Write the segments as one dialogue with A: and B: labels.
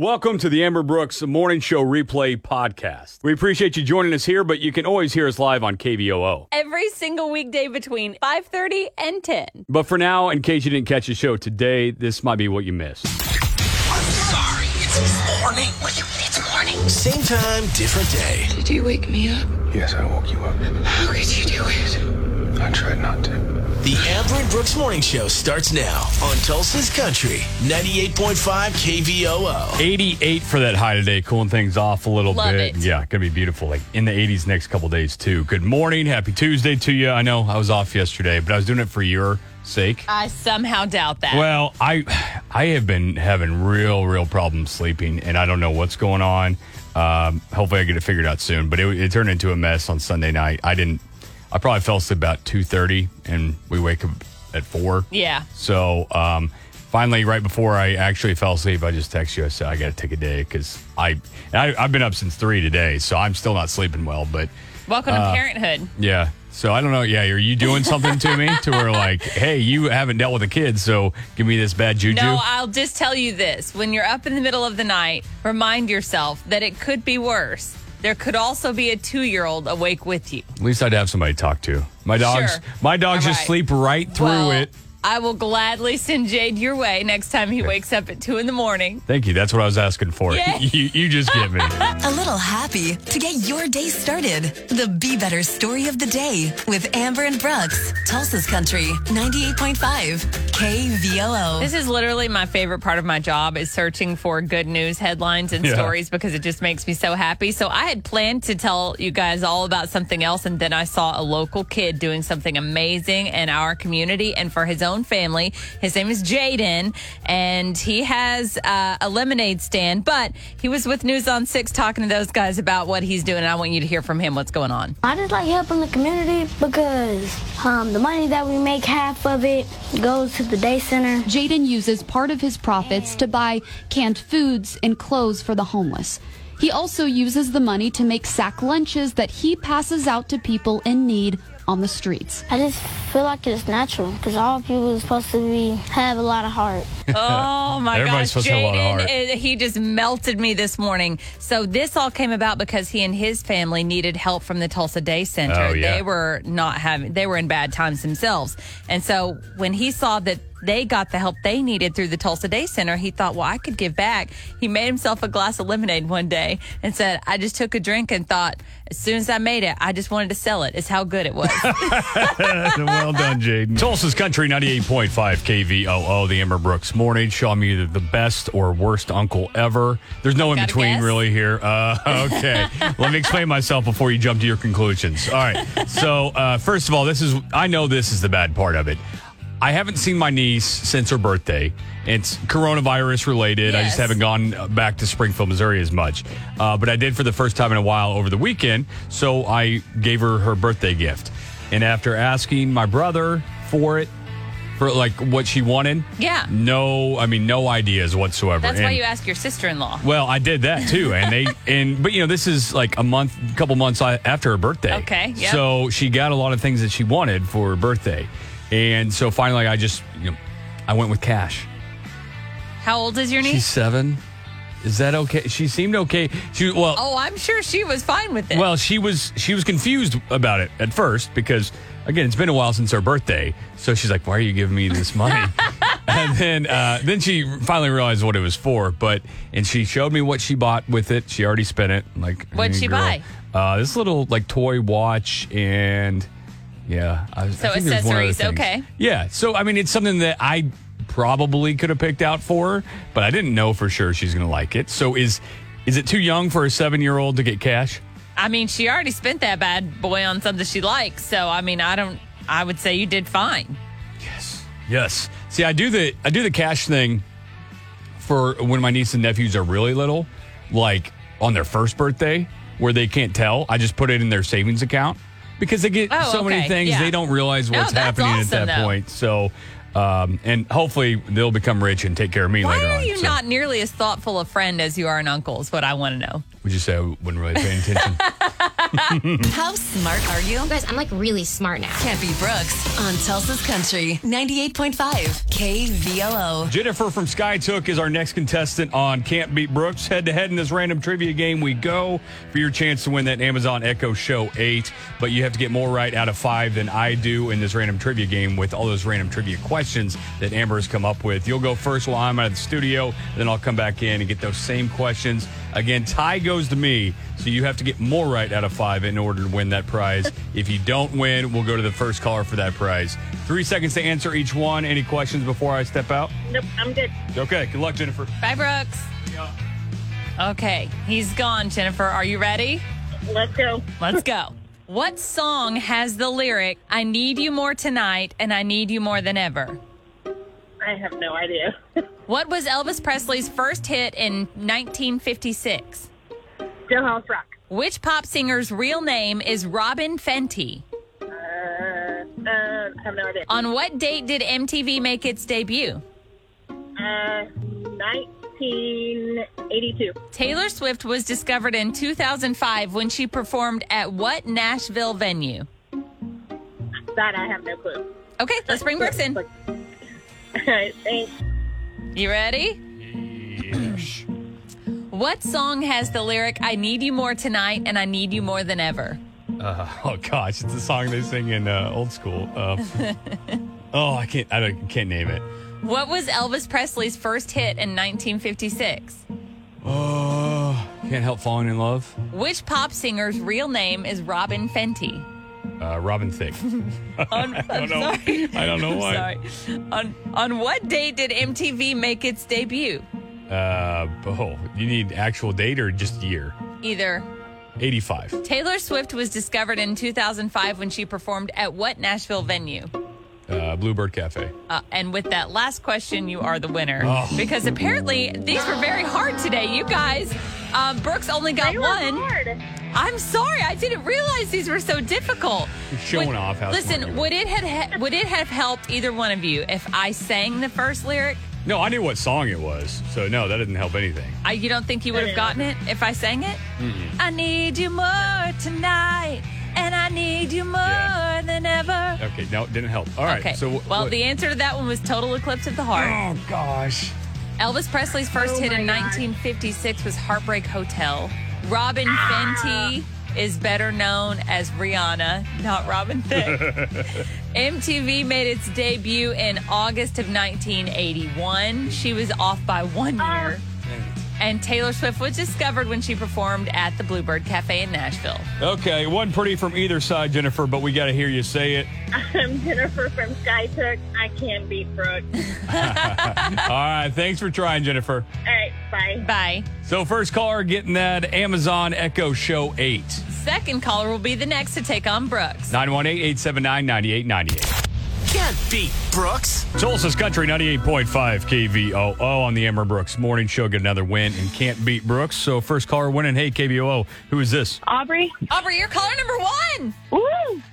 A: Welcome to the Amber Brooks Morning Show Replay Podcast. We appreciate you joining us here, but you can always hear us live on KVOO.
B: every single weekday between 5.30 and 10
A: But for now, in case you didn't catch the show today, this might be what you missed.
C: I'm sorry. It's morning. What do you mean it's morning? Same time, different day.
D: Did you wake me up?
E: Yes, I woke you up.
D: How could you do it?
E: I tried not to.
C: The Amber and Brooks Morning Show starts now on Tulsa's Country, 98.5 KVOO.
A: 88 for that high today, cooling things off a little
B: Love
A: bit.
B: it.
A: Yeah, gonna be beautiful. Like in the 80s next couple days too. Good morning, happy Tuesday to you. I know I was off yesterday, but I was doing it for your sake.
B: i somehow doubt that
A: Well, I I have been having real real problems sleeping, and I don't know what's going on. Um, hopefully, I get it figured out soon. But it, it turned into a mess on Sunday night. I didn't. I probably fell asleep about two thirty, and we wake up at four.
B: yeah
A: So um, finally, right before I actually fell asleep, I just texted you. I said I got to take a day because I, and I I've been up since three today, so I'm still not sleeping well. But
B: welcome
A: Uh,
B: to parenthood
A: yeah. So I don't know. Yeah, are you doing something to me to where like, hey, you haven't dealt with a kid, so give me this bad juju?
B: no i'll just tell you this when you're up in the middle of the night remind yourself that it could be worse there could also be a two-year-old awake with you
A: At least I'd have somebody to talk to. My dogs,
B: Sure.
A: my dogs
B: All
A: just
B: right.
A: sleep right through
B: Well,
A: it.
B: i will gladly send jade your way next time he wakes up at 2 in the morning
A: Thank you. That's what I was asking for.
B: Yay.
A: You, you just give me.
F: A little happy to get your day started. The Be Better Story of the Day with Amber and Brooks, Tulsa's Country, 98.5 KVOO. Oh.
B: This is literally my favorite part of my job is searching for good news headlines and
A: Yeah.
B: stories because it just makes me so happy. So I had planned to tell you guys all about something else and then I saw a local kid doing something amazing in our community and for his own family. His name is Jaden and he has uh, a lemonade stand, but he was with News on 6 talking to those guys about what he's doing and I want you to hear from him what's going on.
G: I just like helping the community because um, the money that we make, half of it goes to the day center.
H: Jaden uses part of his profits to buy canned foods and clothes for the homeless. He also uses the money to make sack lunches that he passes out to people in need on the streets.
G: I just feel like it's natural because all people are supposed to be have a lot of heart.
B: Oh my
A: Everybody's
B: gosh,
A: supposed to have a lot of
B: Jaden!
A: heart.
B: is- He just melted me this morning. So this all came about because he and his family needed help from the Tulsa Day Center.
A: Oh, yeah.
B: They were not having; they were in bad times themselves. And so when he saw that they got the help they needed through the Tulsa Day Center, he thought, "Well, I could give back." He made himself a glass of lemonade one day and said, "I just took a drink and thought, as soon as I made it, I just wanted to sell it. It's how good it was."
A: well done, Jaden. Tulsa's Country 98.5 KVOO, the Amber Brooks Morning Show. I'm either the best or worst uncle ever. There's no in
B: Gotta
A: between,
B: guess?
A: really, here. Uh, okay. Let me explain myself before you jump to your conclusions. All right. So, uh, first of all, this is, I know this is the bad part of it. I haven't seen my niece since her birthday. It's coronavirus related. I just
B: Yes.
A: haven't gone back to Springfield, Missouri as much. Uh, but I did for the first time in a while over the weekend. So I gave her her birthday gift. And after asking my brother for it, for like what she wanted,
B: Yeah.
A: no, I mean, no ideas whatsoever.
B: That's why
A: And-
B: you ask your sister-in-law.
A: well, I did that too, and they and but you know this is like a month, couple months a- after her birthday.
B: Okay, yep.
A: So she got a lot of things that she wanted for her birthday, and so finally I just you know I went with cash.
B: How old is your niece?
A: She's seven. Is that okay? She seemed okay. She well.
B: Oh, I'm sure she was fine with it.
A: Well, she was she was confused about it at first because again, it's been a while since her birthday, so she's like, "Why are you giving me this money?" and then uh, then she finally realized what it was for. But and she showed me what she bought with it. She already spent it. I'm Like,
B: What'd
A: "Hey,
B: she
A: girl."
B: buy?
A: Uh, this little like toy watch and yeah. I,
B: So
A: I think there's one other
B: accessories,
A: thing.
B: okay.
A: Yeah. So I mean, it's something that I probably could have picked out for her, but I didn't know for sure she's gonna like it. So is is it too young for a seven year old to get cash?
B: I mean, she already spent that bad boy on something she likes. So, I mean, I don't. I would say you did fine.
A: Yes. See, I do the I do the cash thing for when my niece and nephews are really little, like on their first birthday, where they can't tell. I just put it in their savings account because they get
B: Oh,
A: so many
B: okay.
A: things
B: Yeah.
A: they don't realize
B: No,
A: what's
B: that's
A: happening
B: awesome,
A: at that
B: though.
A: point. So, um, and hopefully they'll become rich and take care of me
B: Why
A: later
B: are
A: on.
B: you
A: So,
B: not nearly as thoughtful a friend as you are an uncle? Is what I want to know.
A: Would you say I wasn't really paying attention?
F: How smart are you?
I: Guys, I'm like really smart now.
F: Campy Brooks on Tulsa's Country 98.5 KVOO.
A: Jennifer from SkyTook is our next contestant on Can't Beat Brooks. Head to head in this random trivia game, we go for your chance to win that Amazon Echo Show 8. But you have to get more right out of five than I do in this random trivia game with all those random trivia questions that Amber has come up with. You'll go first while I'm out of the studio, then I'll come back in and get those same questions. Again, tie goes to me, so you have to get more right out of five in order to win that prize. if you don't win, we'll go to the first caller for that prize. Three seconds to answer each one. Any questions before I step out?
J: Nope, I'm good.
A: Okay, good luck, Jennifer.
B: Bye, Brooks. Okay, he's gone, Jennifer. Are you ready?
J: Let's go.
B: Let's go. What song has the lyric, I need you more tonight and I need you more than ever?
J: I have no idea.
B: What was Elvis Presley's first hit in 1956?
J: Jailhouse Rock.
B: Which pop singer's real name is Robin Fenty?
J: Uh, uh, I have no idea.
B: On what date did MTV make its debut?
J: Uh, 1982.
B: Taylor Swift was discovered in 2005 when she performed at what Nashville venue?
J: That I have no clue.
B: Okay, let's bring Brooks in.
J: All right, thanks.
B: You ready? What song has the lyric, I need you more tonight and I need you more than ever?
A: Uh, oh gosh, it's a song they sing in uh, old school. Uh, oh, I can't. I don't, can't name it.
B: What was Elvis Presley's first hit in 1956?
A: Oh, can't help falling in love.
B: Which pop singer's real name is Robin Fenty?
A: Uh, Robin Thicke.
B: On, I
A: don't know. I don't know why.
B: Sorry. On, on what date did MTV make its debut?
A: Uh, oh, you need actual date or just year?
B: Either.
A: Eighty-five.
B: Taylor Swift was discovered in 2005 when she performed at what Nashville venue?
A: Uh, Bluebird Cafe.
B: Uh, and with that last question, you are the winner.
A: Oh.
B: Because apparently these were very hard today, you guys. Um, Brooks only got
J: They were
B: one.
J: hard.
B: I'm sorry, I didn't realize these were so difficult.
A: You're showing
B: Would-
A: off how smart
B: Listen,
A: you are.
B: would it have would it have helped either one of you if I sang the first lyric?
A: No, I knew what song it was, so no, that didn't help anything.
B: I, you don't think you would have gotten it if I sang it?
A: Mm-hmm.
B: I need you more tonight, and I need you more
A: Yeah.
B: than ever.
A: Okay, no, it didn't help. All right,
B: okay.
A: so wh-
B: well,
A: what-
B: the answer to that one was "Total Eclipse of the Heart."
A: oh gosh,
B: Elvis Presley's first hit in 1956 was Heartbreak Hotel. Robin Fenty is better known as Rihanna, not Robin Thicke. MTV made its debut in August of 1981. She was off by one year. And Taylor Swift was discovered when she performed at the Bluebird Cafe in Nashville.
A: okay, one pretty from either side, Jennifer, but we got to hear you say it.
J: I'm Jennifer from SkyTook. I can beat Brooke.
A: All right, thanks for trying, Jennifer.
J: All right, bye.
B: Bye.
A: So first caller getting that Amazon Echo Show 8.
B: Second caller will be the next to take on Brooks.
A: 918-879-9898.
C: Can't beat Brooks.
A: Tulsa's Country 98.5 KVOO on the Amber Brooks Morning Show. Get another win and can't beat Brooks. So first caller winning. Hey, KVOO, who is this?
J: Aubrey.
B: Aubrey, you're caller number one.
J: Woo!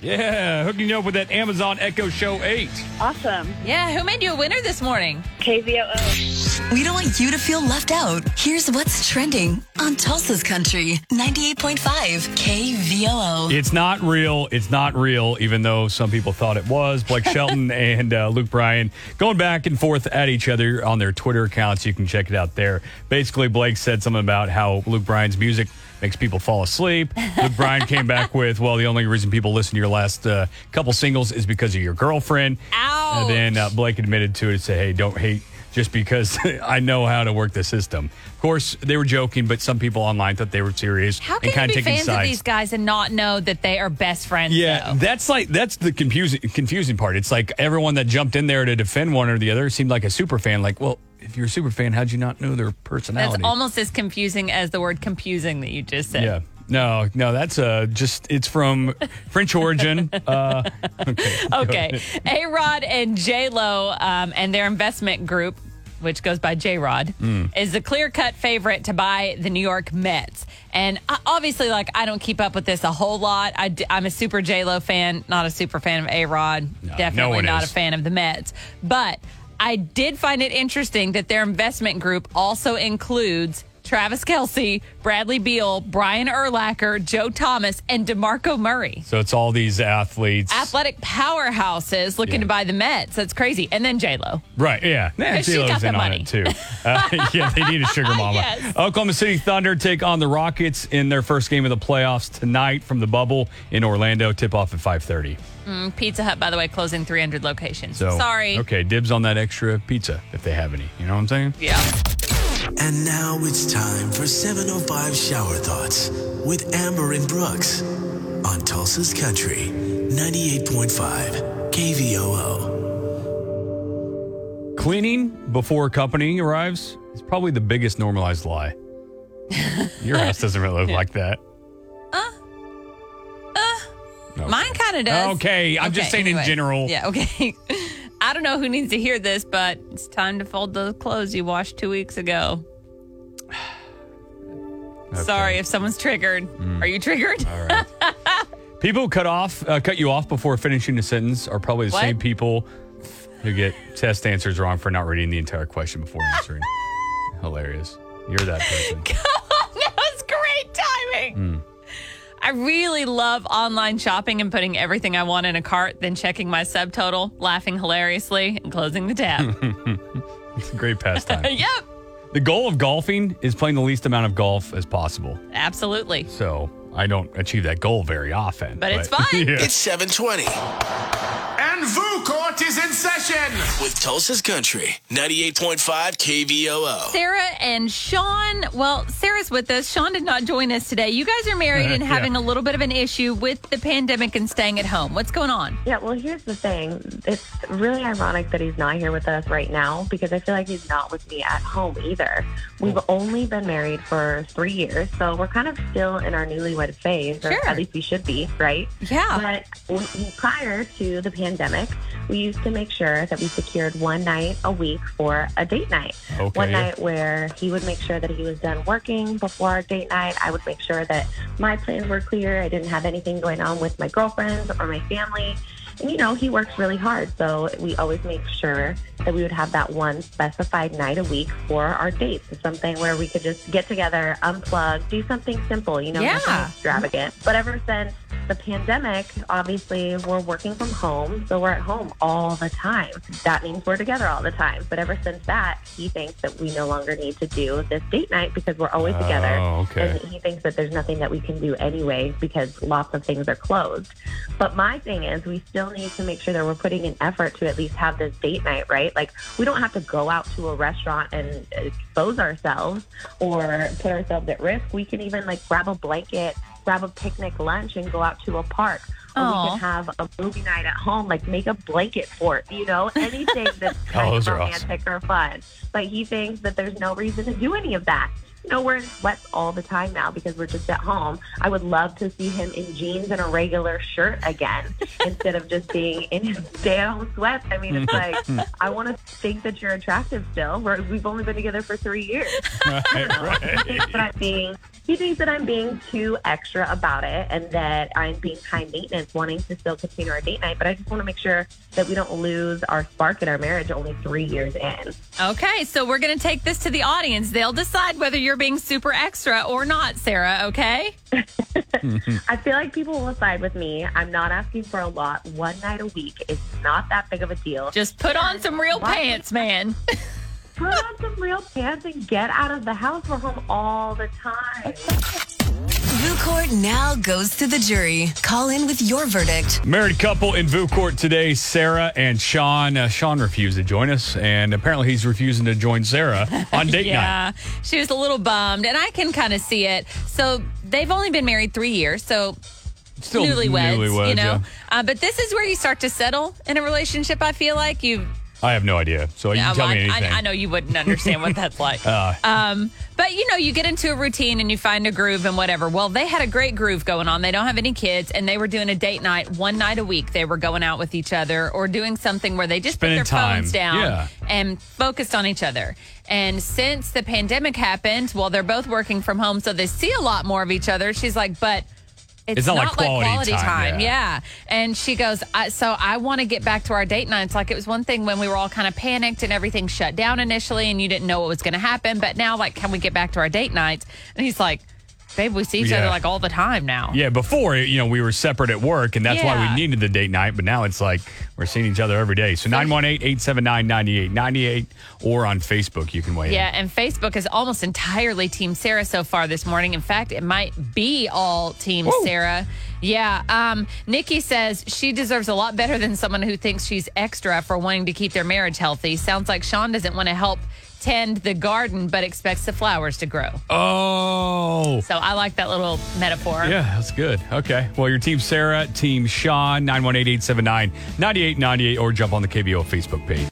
A: Yeah, hooking you up with that Amazon Echo Show 8.
J: Awesome.
B: Yeah, who made you a winner this morning?
J: KVOO.
F: We don't want you to feel left out. Here's what's trending on Tulsa's Country 98.5 KVOO.
A: It's not real. It's not real, even though some people thought it was. Blake Shelton and uh, Luke Bryan going back and forth at each other on their Twitter accounts. You can check it out there. Basically, Blake said something about how Luke Bryan's music makes people fall asleep. Luke Bryan came back with, well, the only reason people listen to your last uh, couple singles is because of your girlfriend.
B: Ouch.
A: And then uh, Blake admitted to it and said, hey, don't hate just because I know how to work the system. Of course, they were joking, but some people online thought they were serious
B: How
A: and
B: can
A: kind
B: you
A: of
B: be
A: taking
B: fans of
A: sides.
B: these guys and not know that they are best friends?
A: Yeah,
B: though?
A: that's like that's the confusing confusing part. It's like everyone that jumped in there to defend one or the other seemed like a super fan. Like, well, if you're a super fan, how'd you not know their
B: that's
A: personality?
B: almost as confusing as the word confusing that you just said.
A: yeah. No, no, that's uh just it's from French origin. uh
B: Okay. A Rod and J Lo um, and their investment group, which goes by J Rod,
A: Hmm.
B: is the clear cut favorite to buy the New York Mets. And I- obviously, like, I don't keep up with this a whole lot. I d- I'm a super J Lo fan, not a super fan of A Rod. Definitely
A: one
B: not
A: is.
B: a fan of the Mets. But I did find it interesting that their investment group also includes Travis Kelsey, Bradley Beal, Brian Erlacher, Joe Thomas, and DeMarco Murray.
A: So it's all these athletes.
B: Athletic powerhouses looking
A: Yeah.
B: to buy the Mets. That's crazy. And then J Lo.
A: Right, yeah. Nah,
B: she
A: J-Lo's
B: got the
A: in on
B: money.
A: it too. Uh, yeah, they need a sugar mama.
B: Yes.
A: Oklahoma City Thunder take on the Rockets in their first game of the playoffs tonight from the bubble in Orlando. Tip off at 5.30.
B: Pizza Hut, by the way, closing 300 locations.
A: So,
B: Sorry.
A: Okay, dibs on that extra pizza if they have any. You know what I'm saying?
B: Yeah.
C: And now it's time for 705 Shower Thoughts with Amber and Brooks on Tulsa's Country 98.5 KVOO.
A: Cleaning before company arrives is probably the biggest normalized lie. Your house doesn't really look like that. Uh, uh,
B: Mine kind of does.
A: Okay, I'm just saying in general.
B: Yeah, okay. I don't know who needs to hear this, but it's time to fold the clothes you washed two weeks ago. Sorry if someone's triggered.
A: Hmm.
B: Are you triggered?
A: People who cut off, uh, cut you off before finishing a sentence are probably the
B: What?
A: same people who get test answers wrong for not reading the entire question before answering. Hilarious. You're that person.
B: that was great timing. I really love online shopping and putting everything I want in a cart, then checking my subtotal, laughing hilariously, and closing the tab.
A: It's a great pastime.
B: yep,
A: the goal of golfing is playing the least amount of golf as possible.
B: absolutely.
A: So I don't achieve that goal very often.
B: But it's fun.
A: Yeah.
C: It's 720
I: And VU Court is in session.
C: with Tulsa's Country 98.5 KVOO.
B: Sarah and Sean. Well, Sarah's with us. Sean did not join us today. You guys are married and
A: Yeah.
B: having a little bit of an issue with the pandemic and staying at home. What's going on?
J: Yeah, well, here's the thing. It's really ironic that he's not here with us right now because I feel like he's not with me at home either. We've
B: Hmm.
J: only been married for three years, so we're kind of still in our newlywed phase, or
B: Sure.
J: at least we should be, right?
B: Yeah.
J: But w- prior to the pandemic, we used to make sure that we secured one night a week for a date night.
A: Okay.
J: One night where he would make sure that he was done working before our date night. I would make sure that my plans were clear. I didn't have anything going on with my girlfriends or my family. And, you know, he works really hard. So we always make sure that we would have that one specified night a week for our dates. It's something where we could just get together, unplug, do something simple, you know,
B: Yeah.
J: nothing extravagant. But ever since the pandemic, obviously, we're working from home, so we're at home all the time. That means we're together all the time. But ever since that, he thinks that we no longer need to do this date night because we're always together.
A: Oh, okay.
J: And he thinks that there's nothing that we can do anyway because lots of things are closed. But my thing is, we still need to make sure that we're putting an effort to at least have this date night, right? Like, we don't have to go out to a restaurant and expose ourselves or put ourselves at risk. We can even, like, grab a blanket, grab a picnic lunch, and go out to a park. Or we
B: Aw.
J: can have a movie night at home, like, make a blanket fort, you know? Anything that's kind
A: Oh,
J: of
A: those are awesome.
J: romantic or fun. But he thinks that there's no reason to do any of that. You know, we're in sweats all the time now because we're just at home. I would love to see him in jeans and a regular shirt again instead of just being in his stay at home sweats. I mean, it's like, I want to think that you're attractive still. We're, we've only been together for three years. But I'm being, he thinks that I'm being too extra about it and that I'm being high maintenance, wanting to still continue our date night. But I just want to make sure that we don't lose our spark in our marriage only three years in.
B: Okay, so we're going to take this to the audience. They'll decide whether you're being super extra or not, Sarah, okay?
J: I feel like people will side with me. I'm not asking for a lot. One night a week is not that big of a deal. Just
B: Just put on some real
J: What?
B: pants, man.
J: put on some real pants and get out of the house. We're home all the time.
F: VuCourt now goes to the jury. Call in with your verdict.
A: Married couple in VU Court today, Sarah and Sean. Uh, Sean refused to join us, and apparently he's refusing to join Sarah on date night.
B: Yeah, she was a little bummed, and I can kind of see it. So they've only been married three years, so
A: Still
B: newlyweds, you know.
A: yeah.
B: Uh, but this is where you start to settle in a relationship. I feel like you.
A: I have no idea. So you
B: Um,
A: tell
B: I,
A: me
B: I-
A: anything. Uh.
B: I know you wouldn't understand what that's like. um, but you know, you get into a routine and you find a groove and whatever. Well, they had a great groove going on. They don't have any kids, and they were doing a date night one night a week. They were going out with each other or doing something where they just put
A: Spending
B: their
A: time.
B: phones down
A: Yeah.
B: and focused on each other. And since the pandemic happened, well, they're both working from home, so they see a lot more of each other. She's like, but It's,
A: It's not like quality time,
B: Yeah. And she goes, I, So I want to get back to our date nights. Like it was one thing when we were all kind of panicked and everything shut down initially and you didn't know what was going to happen. But now, like, can we get back to our date nights? And he's like, Babe, we see each other
A: Yeah.
B: like all the time now.
A: Yeah, before, you know, we were separate at work, and that's why
B: Yeah.
A: we needed the date night, but now it's like we're seeing each other every day. So 918 879 9898 or on Facebook, you can weigh
B: Yeah, and Facebook is almost entirely Team Sarah so far this morning. In fact, it might be all Team Sarah. Yeah. Um, Nikki says she deserves a lot better than someone who thinks she's extra for wanting to keep their marriage healthy. Sounds like Sean doesn't want to help tend the garden, but expects the flowers to grow.
A: in. Oh.
B: So I like that little metaphor.
A: Yeah, that's good. Okay. Well, your team Sarah, team Sean, 918 879 9898, or jump on the KBO Facebook page.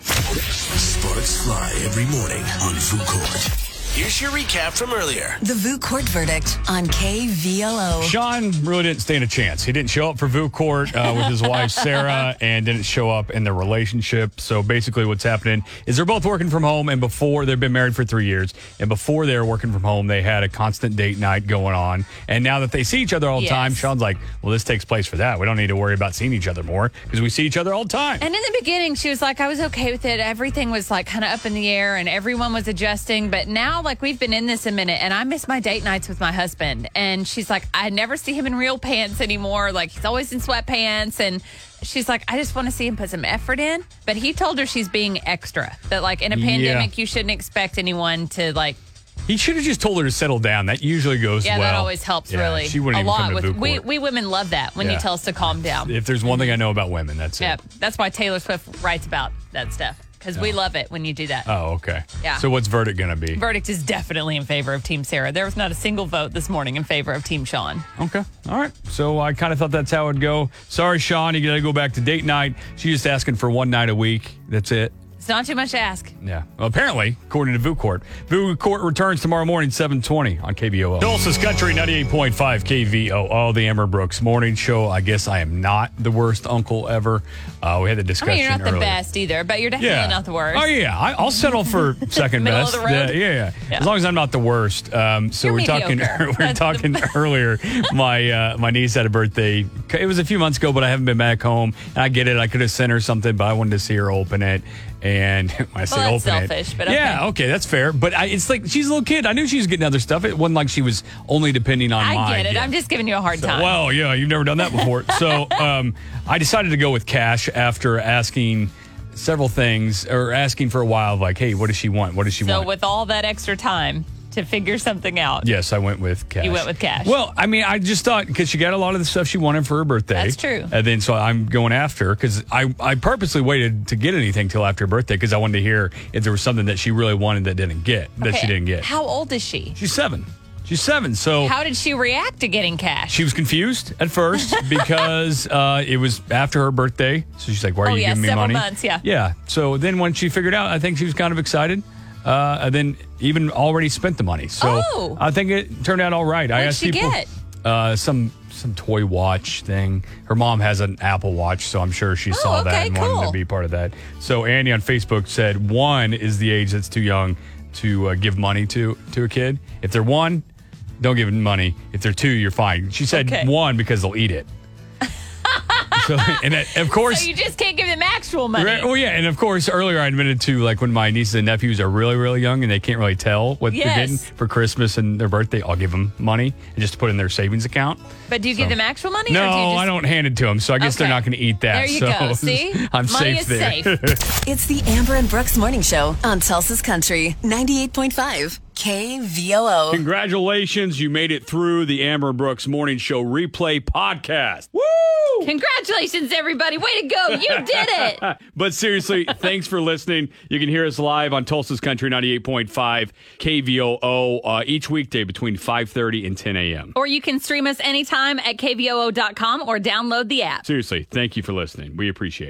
C: Sparks fly every morning on Food Court. Here's your recap from earlier.
F: The VU Court verdict on KVOO.
A: Sean really didn't stand a chance. He didn't show up for VU court uh, with his wife Sarah, and didn't show up in their relationship. So basically, what's happening is they're both working from home, and before they've been married for three years, and before they were working from home, they had a constant date night going on. And now that they see each other all the time,
B: Yes.
A: Sean's like, "Well, this takes place for that. We don't need to worry about seeing each other more because we see each other all the time."
B: And in the beginning, she was like, I was okay with it. Everything was like kind of up in the air and everyone was adjusting. But now, like, we've been in this a minute and I miss my date nights with my husband. And she's like, I never see him in real pants anymore. Like, he's always in sweatpants. And she's like, I just want to see him put some effort in. But he told her she's being extra, that like in a
A: Yeah.
B: pandemic, you shouldn't expect anyone to like
A: He should have just told her to settle down. That usually goes
B: yeah,
A: well.
B: that always helps
A: Yeah,
B: really
A: She wouldn't
B: a
A: even
B: lot
A: come to
B: with
A: VU
B: we,
A: court.
B: we women love that when
A: Yeah.
B: you tell us to calm down.
A: If there's one thing I know about women, that's it.
B: Yep, that's why Taylor Swift writes about that stuff because we
A: Yeah.
B: love it when you do that.
A: Oh, okay.
B: Yeah.
A: So what's verdict going to be?
B: Verdict is definitely in favor of Team Sarah. There was not a single vote this morning in favor of Team Sean.
A: Okay. All right. So I kind of thought that's how it'd go. Sorry, Sean, you got to go back to date night. She's just asking for one night a week. That's it.
B: It's not too much to ask.
A: Yeah. Well, apparently, according to VU Court, VU Court returns tomorrow morning, 720 on KVOO. Dulce's Country, 98.5 KVOO, the Amber Brooks Morning Show. I guess I am not the worst uncle ever. Uh, we had the
B: I
A: discussion
B: mean, you're not the
A: earlier.
B: best either, but you're definitely not the worst.
A: Oh yeah, I, I'll settle for second
B: Middle
A: best.
B: of the road?
A: Yeah, yeah, yeah.
B: Yeah.
A: As long as I'm not the worst. Um, so
B: You're
A: we're talking.
B: mediocre.
A: we we're
B: That's the
A: talking earlier. My uh, my niece had a birthday. It was a few months ago, but I haven't been back home. And I get it. I could have sent her something, but I wanted to see her open it. And when I say
B: that's
A: open
B: selfish,
A: it,
B: but
A: yeah, okay, that's fair. But I, it's like she's a little kid. I knew she was getting other stuff. It wasn't like she was only depending on.
B: I
A: my
B: get it.
A: gift.
B: I'm just giving you a hard
A: So-
B: time.
A: Well, yeah, you've never done that before. so um, I decided to go with cash after asking several things or asking for a while, like, hey, what does she want? What does she
B: so
A: want?
B: with all that extra time to figure something out,
A: yes, I went with cash.
B: went with cash.
A: Well, I mean, I just thought because she got a lot of the stuff she wanted for her birthday.
B: That's true.
A: And then so I'm going after because I, I purposely waited to get anything till after her birthday because I wanted to hear if there was something that she really wanted that didn't get that
B: Okay,
A: she didn't get.
B: How old is she?
A: She's seven. She's seven. So
B: How did she react to getting cash?
A: She was confused at first because uh, it was after her birthday. So she's like, "Why are
B: Oh,
A: you
B: yeah,
A: giving me
B: several
A: money?"
B: months, yeah.
A: yeah. So then when she figured out, I think she was kind of excited. Uh, and then even already spent the money. So
B: Oh.
A: I think it turned out all right. I
B: What'd
A: asked
B: she
A: people
B: get?
A: Uh, some some toy watch thing. Her mom has an Apple Watch, so I'm sure she saw that
B: Oh, okay,
A: and wanted to
B: cool.
A: be part of that. So Andy on Facebook said one is the age that's too young to uh, give money to to a kid. If they're one, don't give them money. If they're two, you're fine. She said
B: Okay.
A: one because they'll eat it. so, and that, of course,
B: so you just can't give them actual money.
A: Right. Well, yeah, and of course, earlier I admitted to like when my nieces and nephews are really, really young and they can't really tell what
B: Yes.
A: they're getting for Christmas and their birthday, I'll give them money and just to put in their savings account.
B: But do you give
A: So-
B: them actual money?
A: No,
B: or do you just,
A: I don't hand it to them, so I guess they're
B: Okay.
A: not going to eat that.
B: There you
A: so
B: go. See,
A: I'm
B: money
A: safe
B: is
A: there.
B: safe.
F: It's the Amber and Brooks Morning Show on Tulsa's Country 98.5 KVOO.
A: Congratulations, you made it through the Amber Brooks Morning Show Replay Podcast. Woo!
B: Congratulations, everybody. Way to go. You did it.
A: But seriously, thanks for listening. You can hear us live on Tulsa's Country 98.5 KVOO uh, each weekday between 5.30 and 10 a.m.
B: Or you can stream us anytime at kvoo.com or download the app.
A: Seriously, thank you for listening. We appreciate it.